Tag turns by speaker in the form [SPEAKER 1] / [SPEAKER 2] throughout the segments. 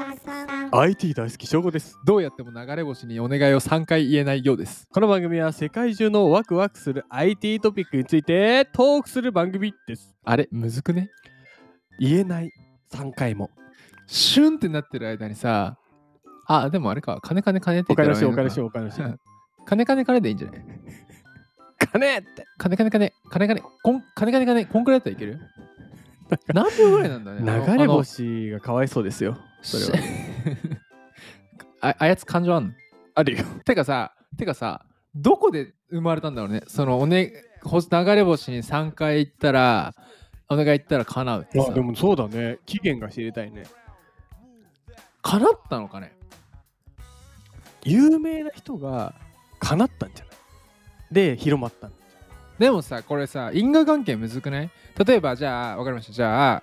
[SPEAKER 1] ん
[SPEAKER 2] IT 大好き翔吾です
[SPEAKER 3] どうやっても流れ星にお願いを3回言えないようです。
[SPEAKER 2] この番組は世界中のワクワクする IT トピックについてトークする番組です
[SPEAKER 3] あれ、むずくね
[SPEAKER 2] 言えない3回も
[SPEAKER 3] シュンってなってる間にさ、あ、でもあれか、金金金って
[SPEAKER 2] お
[SPEAKER 3] 言
[SPEAKER 2] 金の
[SPEAKER 3] った
[SPEAKER 2] し
[SPEAKER 3] ら
[SPEAKER 2] お金のし
[SPEAKER 3] いいの
[SPEAKER 2] お金のし
[SPEAKER 3] か金金金でいいんじゃない
[SPEAKER 2] 金って
[SPEAKER 3] 金金金、金金、こん金金金、こんくらいだったらいける何秒ぐらいなんだね。あの
[SPEAKER 2] 流れ。星がかわいそうですよそれは
[SPEAKER 3] ああやつ感情あんの
[SPEAKER 2] あるよ
[SPEAKER 3] てかさ、てかさ、どこで生まれたんだろうね。そのおね、ほ流れ星に3回行ったら、お願い行ったら叶うってさ
[SPEAKER 2] あで。もそうだね期限が知りたいね
[SPEAKER 3] 叶ったのかね
[SPEAKER 2] 有名な人が叶ったんじゃないで広まったん
[SPEAKER 3] でもさ、これさ、因果関係むずくない例えば、じゃあ、わかりました。じゃあ、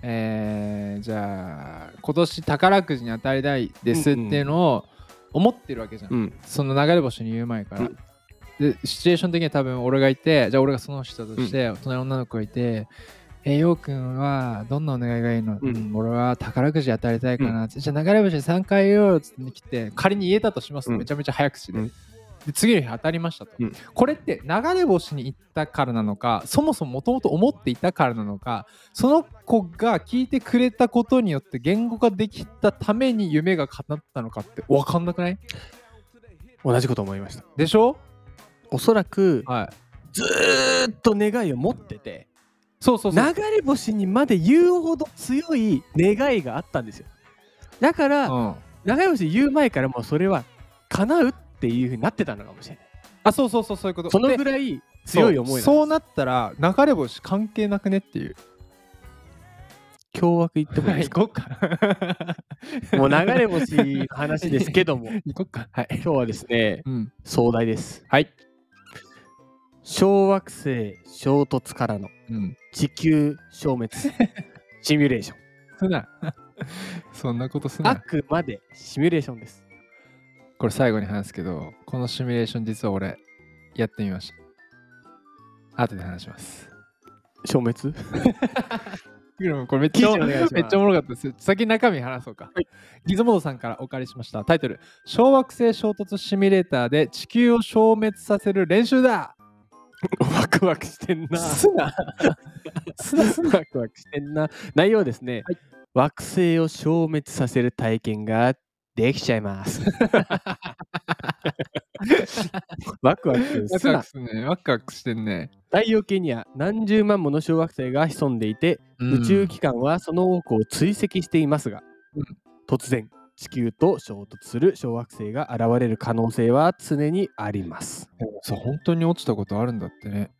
[SPEAKER 3] えー、じゃあ、今年宝くじに当たりたいですっていうのを思ってるわけじゃん。
[SPEAKER 2] ん
[SPEAKER 3] その流れ星に言う前から。
[SPEAKER 2] うん
[SPEAKER 3] で、シチュエーション的には多分俺がいて、じゃあ俺がその人として、隣の女の子がいて、えー、ようくんはどんなお願いがいいの、
[SPEAKER 2] うん
[SPEAKER 3] うん俺は宝くじ当たりたいかな、じゃあ流れ星に3回言おうっつって来て、仮に言えたとします、
[SPEAKER 2] うん
[SPEAKER 3] めちゃめちゃ早口で。
[SPEAKER 2] うん
[SPEAKER 3] で次の日当たりましたと、
[SPEAKER 2] うん
[SPEAKER 3] これって流れ星に行ったからなのかそもそももともと思っていたからなのかその子が聞いてくれたことによって言語化できたために夢が叶ったのかって分かんなくない
[SPEAKER 2] 同じこと思いました
[SPEAKER 3] でしょ
[SPEAKER 2] おそらく
[SPEAKER 3] はい。
[SPEAKER 2] ずーっと願いを持ってて
[SPEAKER 3] そうそう
[SPEAKER 2] 流
[SPEAKER 3] そう。
[SPEAKER 2] れ星にまで言うほど強い願いがあったんですよだから、
[SPEAKER 3] うん、
[SPEAKER 2] 流れ星言う前からもうそれは叶うっていうふうになってたのかもしれない
[SPEAKER 3] あ、そうそうそう、そういうこと。
[SPEAKER 2] その
[SPEAKER 3] で
[SPEAKER 2] ぐらい強い思いなんで
[SPEAKER 3] そう
[SPEAKER 2] す
[SPEAKER 3] そうなったら、流れ星関係なくねっていう。
[SPEAKER 2] 凶悪言ってもいいですか、
[SPEAKER 3] こうか。
[SPEAKER 2] もう流れ星の話ですけども
[SPEAKER 3] 行こっか。 はい。
[SPEAKER 2] 今日はですね
[SPEAKER 3] うん。
[SPEAKER 2] 壮大です
[SPEAKER 3] はい。
[SPEAKER 2] 小惑星衝突からの
[SPEAKER 3] うん。
[SPEAKER 2] 地球消 滅シミュレーション
[SPEAKER 3] すな。 そんなことす
[SPEAKER 2] あ
[SPEAKER 3] な。
[SPEAKER 2] くまでシミュレーションです
[SPEAKER 3] これ最後に話すけど、このシミュレーション実は俺、やってみました。後で話します。
[SPEAKER 2] 消滅
[SPEAKER 3] これめっ
[SPEAKER 2] 記
[SPEAKER 3] ちゃ
[SPEAKER 2] 事お願いします
[SPEAKER 3] めっちゃおもろかったですよ。先中身話そうか。
[SPEAKER 2] はい
[SPEAKER 3] ギズモードさんからお借りしました。タイトル、小惑星衝突シミュレーターで地球を消滅させる練習だ
[SPEAKER 2] ワクワクしてんな
[SPEAKER 3] すなすなすな
[SPEAKER 2] ワクワクしてんな内容はですね、
[SPEAKER 3] はい
[SPEAKER 2] 惑星を消滅させる体験ができちゃいます ワクワク
[SPEAKER 3] ワ
[SPEAKER 2] す
[SPEAKER 3] クワ
[SPEAKER 2] な
[SPEAKER 3] クすんね。ワクワクしてんね。
[SPEAKER 2] 太陽系には何十万もの小惑星が潜んでいて宇宙機関はその多くを追跡していますが、
[SPEAKER 3] うん
[SPEAKER 2] 突然地球と衝突する小惑星が現れる可能性は常にあります
[SPEAKER 3] そう本当に落ちたことあるんだってね。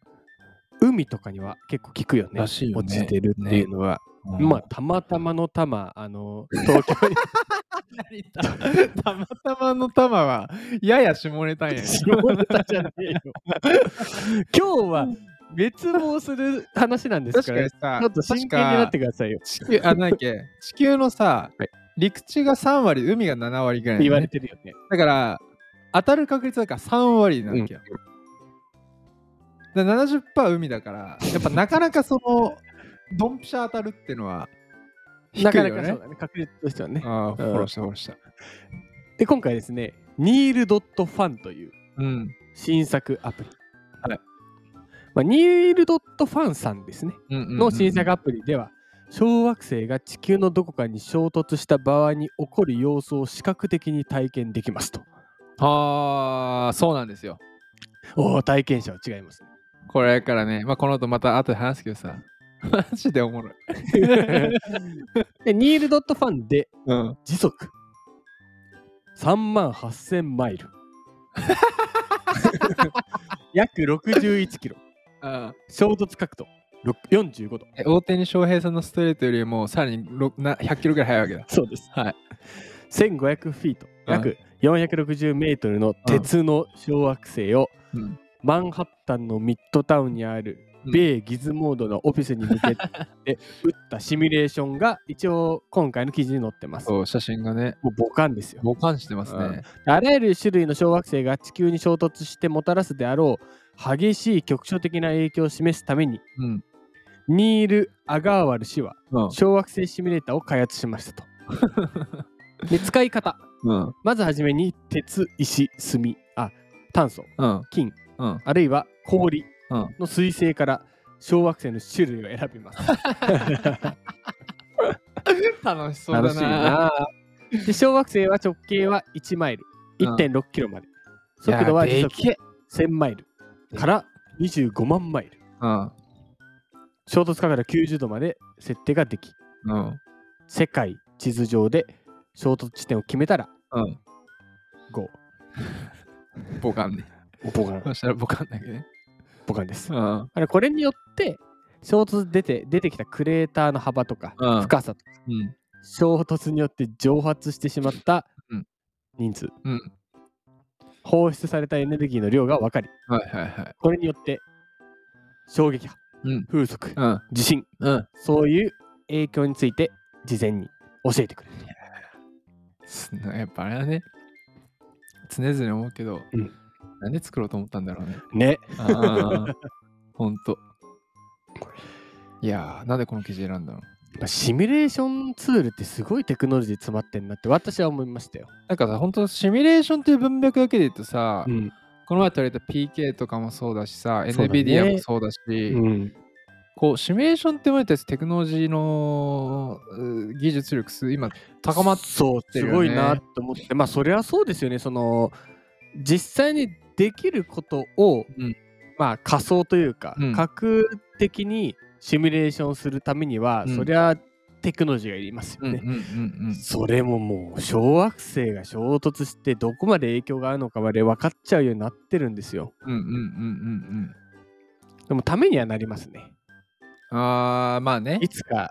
[SPEAKER 2] 海とかには結構効くよね
[SPEAKER 3] らしいよね
[SPEAKER 2] 落ちてるっていうのは、まあたまたまのたまあの東京に
[SPEAKER 3] たたまたまの玉はやや下ネタやね。
[SPEAKER 2] 下ネタじゃない よ今日は滅亡する話なんです
[SPEAKER 3] 確
[SPEAKER 2] か
[SPEAKER 3] からに
[SPEAKER 2] ち
[SPEAKER 3] さ、
[SPEAKER 2] ょっと真剣になって
[SPEAKER 3] 確か
[SPEAKER 2] くださいよ
[SPEAKER 3] 地球あなんだっけ地球のさ、
[SPEAKER 2] はい
[SPEAKER 3] 陸地が3割、海が7割ぐらい、
[SPEAKER 2] 言われてるよね
[SPEAKER 3] だから、当たる確率だから3割なわけよ。で70%海だから、やっぱなかなかその、ドンピシャ当たるっていうのは、低いよ
[SPEAKER 2] な
[SPEAKER 3] ね
[SPEAKER 2] かなかそうだね確率としてはね
[SPEAKER 3] ああ、フ
[SPEAKER 2] うん
[SPEAKER 3] ォローした、フォローした。
[SPEAKER 2] で今回ですねニール・ドット・ファンという
[SPEAKER 3] うん。
[SPEAKER 2] 新作アプリ。
[SPEAKER 3] はい
[SPEAKER 2] まあ、ニールドットファンさんですね、
[SPEAKER 3] うんうんうん
[SPEAKER 2] の新作アプリでは、小惑星が地球のどこかに衝突した場合に起こる様子を視覚的に体験できますと。
[SPEAKER 3] ああ、そうなんですよ。
[SPEAKER 2] おお、体験者は違います、 ね。
[SPEAKER 3] これからね、まあ、この後また後で話すけどさ、 マジでおもろい。
[SPEAKER 2] でニールドットファンで
[SPEAKER 3] うん。
[SPEAKER 2] 時速3万8000マイル。 約61キロ。
[SPEAKER 3] あ
[SPEAKER 2] 衝突角度6 45度。
[SPEAKER 3] え大谷翔平さんのストレートよりもさらにろくな100キロぐらい速いわけだ。
[SPEAKER 2] そうです。
[SPEAKER 3] はい。
[SPEAKER 2] 1500フィート、約460メートルの鉄の小惑星を
[SPEAKER 3] うん
[SPEAKER 2] マンハッタンのミッドタウンにある
[SPEAKER 3] うん
[SPEAKER 2] 米ギズモードのオフィスに向 けて打ったシミュレーションが一応今回の記事に載ってます。も
[SPEAKER 3] そう、写真がね、
[SPEAKER 2] うボカンですよ。
[SPEAKER 3] 互換してますね。
[SPEAKER 2] あらゆる種類の小惑星が地球に衝突してもたらすであろう激しい局所的な影響を示すために
[SPEAKER 3] うん。
[SPEAKER 2] ニール・アガーワル氏は
[SPEAKER 3] うん
[SPEAKER 2] 小惑星シミュレーターを開発しましたと。で使い方
[SPEAKER 3] うん
[SPEAKER 2] まずはじめに鉄石炭あ炭素
[SPEAKER 3] うん
[SPEAKER 2] 金
[SPEAKER 3] うん
[SPEAKER 2] あるいは氷
[SPEAKER 3] うん
[SPEAKER 2] の水星から小惑星の種類を選びます。
[SPEAKER 3] 楽しそうだな
[SPEAKER 2] 楽しいな。で小惑星は直径は1マイル
[SPEAKER 3] うん
[SPEAKER 2] 1.6キロまで速度はい
[SPEAKER 3] や
[SPEAKER 2] 時
[SPEAKER 3] で
[SPEAKER 2] 速
[SPEAKER 3] け
[SPEAKER 2] 1000マイルから25万マイル
[SPEAKER 3] うん
[SPEAKER 2] 衝突角度90度まで設定ができ
[SPEAKER 3] うん
[SPEAKER 2] 世界地図上で衝突地点を決めたら
[SPEAKER 3] うん
[SPEAKER 2] 5
[SPEAKER 3] ボカンね
[SPEAKER 2] ボカン
[SPEAKER 3] そしたらボカンだけどね
[SPEAKER 2] ボカンです
[SPEAKER 3] うん
[SPEAKER 2] あれこれによって衝突出て出てきたクレーターの幅とか
[SPEAKER 3] うん
[SPEAKER 2] 深さとか
[SPEAKER 3] うん
[SPEAKER 2] 衝突によって蒸発してしまった
[SPEAKER 3] うん
[SPEAKER 2] 人数
[SPEAKER 3] うん
[SPEAKER 2] 放出されたエネルギーの量が分かり
[SPEAKER 3] はいはいはい
[SPEAKER 2] これによって衝撃波、
[SPEAKER 3] うん
[SPEAKER 2] 風速、
[SPEAKER 3] うん
[SPEAKER 2] 地震
[SPEAKER 3] うん
[SPEAKER 2] そういう影響について事前に教えてくれる
[SPEAKER 3] すやっぱあれだね常々思うけど、
[SPEAKER 2] うん
[SPEAKER 3] なんで作ろうと思ったんだろう ね
[SPEAKER 2] ね
[SPEAKER 3] ああ、ほんと。いやー、なんでこの記事選んだ
[SPEAKER 2] ま
[SPEAKER 3] の
[SPEAKER 2] あシミュレーションツールってすごいテクノロジー詰まってんなって私は思いましたよ、
[SPEAKER 3] なんかさ、ほんとシミュレーションっていう文脈だけで言うとさ、
[SPEAKER 2] ん
[SPEAKER 3] この前取れた PK とかもそうだしさ、
[SPEAKER 2] そうだね
[SPEAKER 3] NVIDIA もそうだし、
[SPEAKER 2] うん、
[SPEAKER 3] こう、シミュレーションって言われたやつ、テクノロジーのうー技術力数、今、高まっ
[SPEAKER 2] そうす
[SPEAKER 3] てるよ
[SPEAKER 2] ご
[SPEAKER 3] ね
[SPEAKER 2] いなと思ってまあそりゃそうですよねその実際にできることを、
[SPEAKER 3] うん
[SPEAKER 2] まあ仮想というか、
[SPEAKER 3] うん
[SPEAKER 2] 架空的にシミュレーションするためには、
[SPEAKER 3] うん
[SPEAKER 2] そりゃテクノロジーがいりますよ
[SPEAKER 3] うんう
[SPEAKER 2] ね
[SPEAKER 3] んう、ん
[SPEAKER 2] それももう小惑星が衝突してどこまで影響があるのかまで分かっちゃうようになってるんですよ。
[SPEAKER 3] うんうんうんうん
[SPEAKER 2] でもためにはなりますね。
[SPEAKER 3] うん。あー、まあね
[SPEAKER 2] い。つか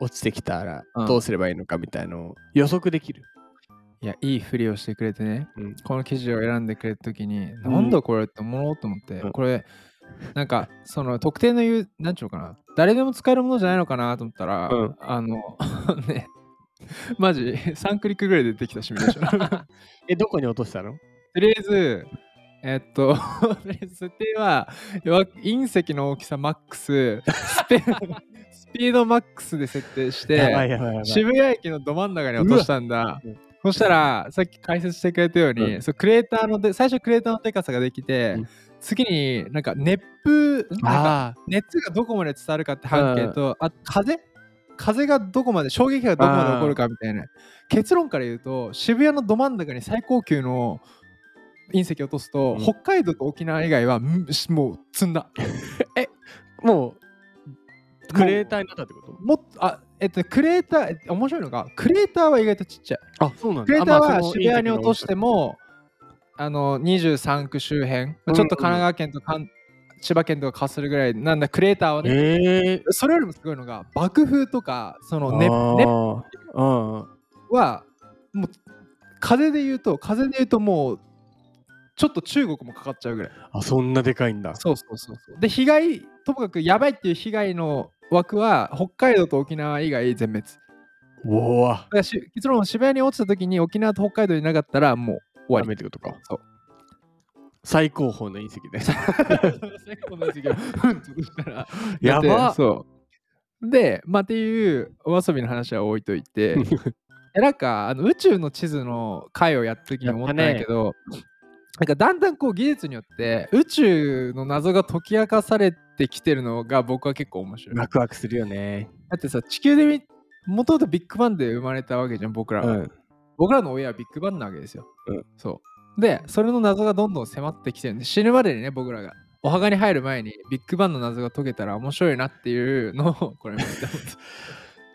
[SPEAKER 2] 落ちてきたら
[SPEAKER 3] うん
[SPEAKER 2] どうすればいいのかみたいのを予測でき る。
[SPEAKER 3] いや、いいふりをしてくれてね。
[SPEAKER 2] うん
[SPEAKER 3] この記事を選んでくれた時に、
[SPEAKER 2] うん
[SPEAKER 3] なんだこれって思おうと思って、
[SPEAKER 2] うん
[SPEAKER 3] これなんかその特定の言うなんちゅうのかな誰でも使えるものじゃないのかなと思ったら、
[SPEAKER 2] うん
[SPEAKER 3] あの ねマジ3クリックぐらいでできたシミュレーション
[SPEAKER 2] え、どこに落としたの
[SPEAKER 3] とりあえずえっと とりあえず設定は弱隕石の大きさマックススペスピード マックスで設定して
[SPEAKER 2] やばいやばいやばい。
[SPEAKER 3] 渋谷駅のど真ん中に落としたんだ
[SPEAKER 2] うわうん。
[SPEAKER 3] そしたら、さっき解説してくれたように、
[SPEAKER 2] うん
[SPEAKER 3] そうクレーターので、最初クレーターのでかさができて、
[SPEAKER 2] うん
[SPEAKER 3] 次になんか熱風、なんか
[SPEAKER 2] あ
[SPEAKER 3] 熱がどこまで伝わるかって半径と、あ風風がどこまで、衝撃がどこまで起こるかみたいな。結論から言うと、渋谷のど真ん中に最高級の隕石を落とすと、
[SPEAKER 2] うん
[SPEAKER 3] 北海道と沖縄以外は、んしもう積んだ。
[SPEAKER 2] あ、もうクレーターになったってこと
[SPEAKER 3] もっとあえっと、クレーター、え面白いのが、クレーターは意外とちっちゃい。
[SPEAKER 2] あ、そうなんだ。
[SPEAKER 3] クレーター
[SPEAKER 2] あまあ
[SPEAKER 3] は
[SPEAKER 2] その
[SPEAKER 3] 渋谷に落としても、あの23区周辺、まあちょっと神奈川県とかん千葉県とかかするぐらいなんだクレーターはね、
[SPEAKER 2] え
[SPEAKER 3] それよりもすごいのが爆風とかそ
[SPEAKER 2] ー、
[SPEAKER 3] の熱熱
[SPEAKER 2] あーうん
[SPEAKER 3] はもう風で言うと風で言うともうちょっと中国もかかっちゃうぐらい
[SPEAKER 2] あ、そんなでかいんだ。
[SPEAKER 3] そうそうそうそうで被害ともかくやばいっていう被害の枠は北海道と沖縄以外全滅
[SPEAKER 2] おお。
[SPEAKER 3] だからし結論渋谷に落ちた時に沖縄と北海道になかったらもう終わ
[SPEAKER 2] ダ
[SPEAKER 3] り
[SPEAKER 2] メってことか。
[SPEAKER 3] そう
[SPEAKER 2] 最高峰の隕石です。
[SPEAKER 3] 最後の授業、うんちょっとしたら。
[SPEAKER 2] やばっ
[SPEAKER 3] そう。で、まあ、っていうお遊びの話は置いとい て、えなんかあの宇宙の地図の回をやった時に思ったんだけど、なんかだんだんこう技術によって宇宙の謎が解き明かされてきてるのが僕は結構面白い。だ
[SPEAKER 2] ワクワクするよね。
[SPEAKER 3] ってさ、地球でみもともとビッグバンで生まれたわけじゃん、僕ら
[SPEAKER 2] う
[SPEAKER 3] は。
[SPEAKER 2] ん。
[SPEAKER 3] 僕らの親はビッグバンなわけですよ。
[SPEAKER 2] うん
[SPEAKER 3] そうで、それの謎がどんどん迫ってきてるんで、死ぬまでにね、僕らが。お墓に入る前にビッグバンの謎が解けたら面白いなっていうのを これ見て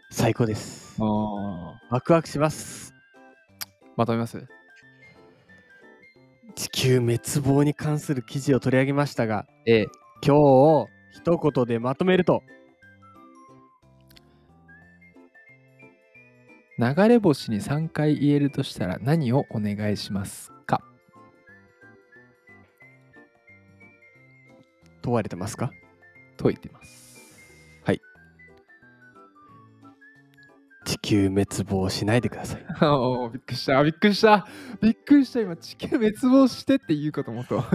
[SPEAKER 2] 最高です。
[SPEAKER 3] 思って
[SPEAKER 2] ワクワクします。
[SPEAKER 3] まとめます
[SPEAKER 2] 地球滅亡に関する記事を取り上げましたが、
[SPEAKER 3] ええ
[SPEAKER 2] 今日を一言でまとめると、
[SPEAKER 3] 流れ星に3回言えるとしたら何をお願いしますか
[SPEAKER 2] 問われてますか
[SPEAKER 3] 解いて ます。
[SPEAKER 2] 地球滅亡しないでくだ さい。
[SPEAKER 3] おーびっくりした、びっくりした、びっくりした、今、地球滅亡してって言うかと思ったわ。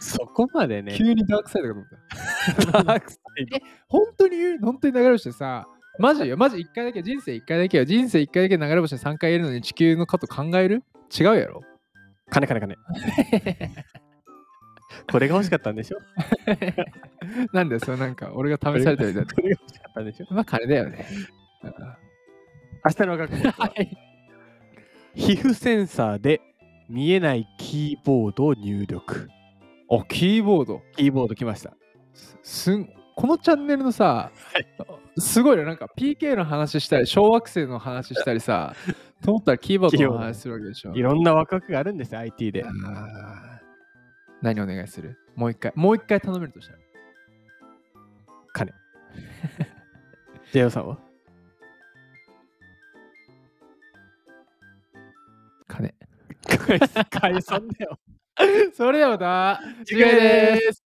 [SPEAKER 2] そこま でね。
[SPEAKER 3] 急にダークサイドかと思った。
[SPEAKER 2] ダークサイ
[SPEAKER 3] 本当に言う本当に流れ星ってさマジよ、マジ一回だけ、人生一回だけよ。人生一回だけ流れ星に3回やるのに地球のこと考える違うや ろ
[SPEAKER 2] 金金金。これが欲しかったん でしょ
[SPEAKER 3] なんだよ、それなんか俺が試されたみたいな。
[SPEAKER 2] これが欲しかったんでしょ
[SPEAKER 3] まあ金だよね。
[SPEAKER 2] 明日の学校
[SPEAKER 3] はい。
[SPEAKER 2] 皮膚センサーで見えないキーボードを入力。
[SPEAKER 3] あ、キーボード。
[SPEAKER 2] キーボード来ました。
[SPEAKER 3] すすんこのチャンネルのさ、すごいよなんか PK の話したり小惑星の話したり さと思ったらキーボードの話するわけでしょ
[SPEAKER 2] いろんなワクワクがあるんです、IT で。
[SPEAKER 3] あー何お願いするもう一回もう一回頼めるとしたら
[SPEAKER 2] ジェオさんは
[SPEAKER 3] 金
[SPEAKER 2] 解散だよ。
[SPEAKER 3] それではまた
[SPEAKER 2] 次回です